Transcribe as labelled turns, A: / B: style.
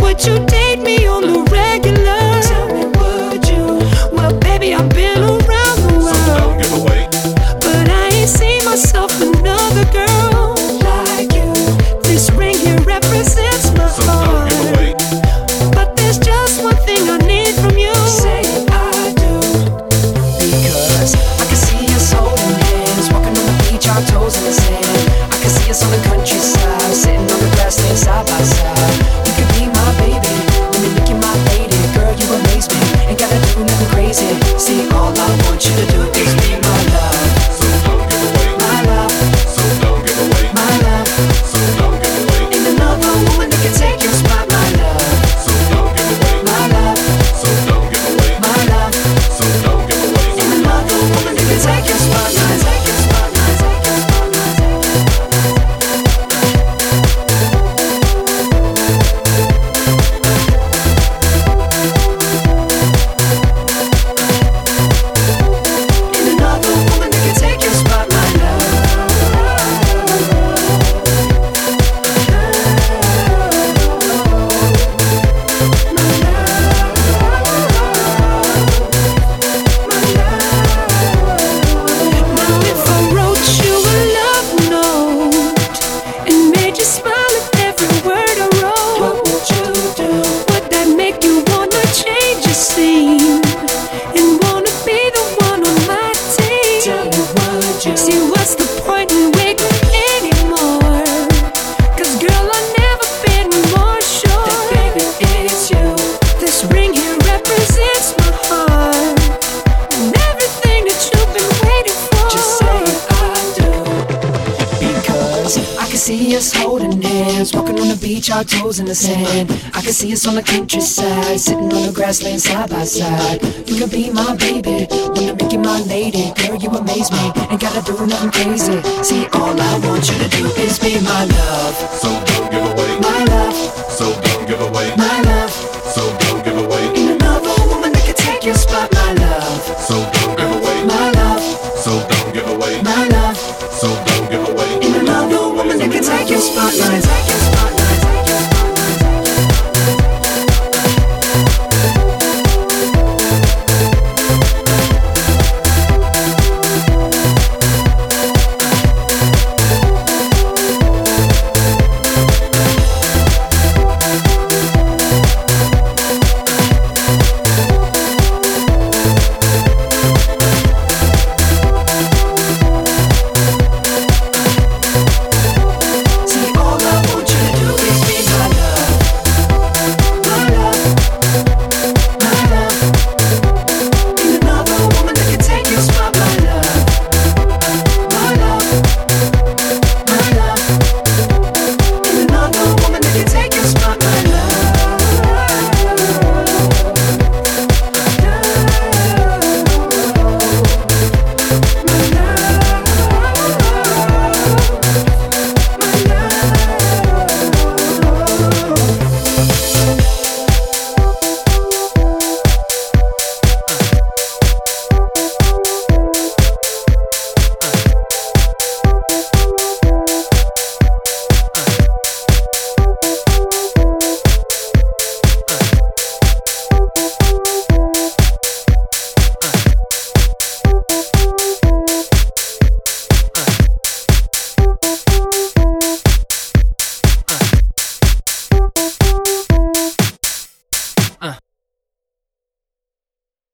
A: would you date me on the regular? Tell me, would you? Well, baby, I've been around the world,
B: give away.
A: but I ain't seen myself another girl like you. This ring here represents my
B: Don't give
A: heart,
B: away.
A: but there's just one thing I need from you. Say I do.
C: Because I can see us holding hands, walking on the beach, our toes in the sand. I can see us on the countryside, sitting on the grass, laying side by side. You could be my baby, let me make you my lady. Girl, you amaze me, ain't gotta do nothing crazy. See, all I want you to do is be my love,
B: So don't give away.
C: my love,
B: So don't give away.
C: my love.
B: So don't give away.
C: Ain't another woman that can take your spot, my love,
B: So don't give away.
C: my love,
B: So don't give away.
C: my love.
B: So don't give away.
C: Ain't another woman that can take your spot, my take your spot, my take your spot, my take your spot. Ain't another woman that can take your spot, my
A: Now if I wrote you a love note and made you smile at every word I wrote, what would you do? Would that make you wanna change your scene and wanna be the one on my team? Tell me would you? See what's the point in waiting anymore? 'Cause girl, I've never been more sure that baby it's you. This ring here represents my heart. And everything that you've been waiting for.
C: Just say I do. Because I can see us holding hands, walking on the beach, our toes in the sand. I can see us on the countryside, sitting on the grass, laying side by side. You could be my baby, wanna make you my lady. Girl, you amaze me, ain't gotta do nothing crazy. See, all I want you to do is be my love,
B: So don't give away.
C: my love,
B: So don't give away.
C: my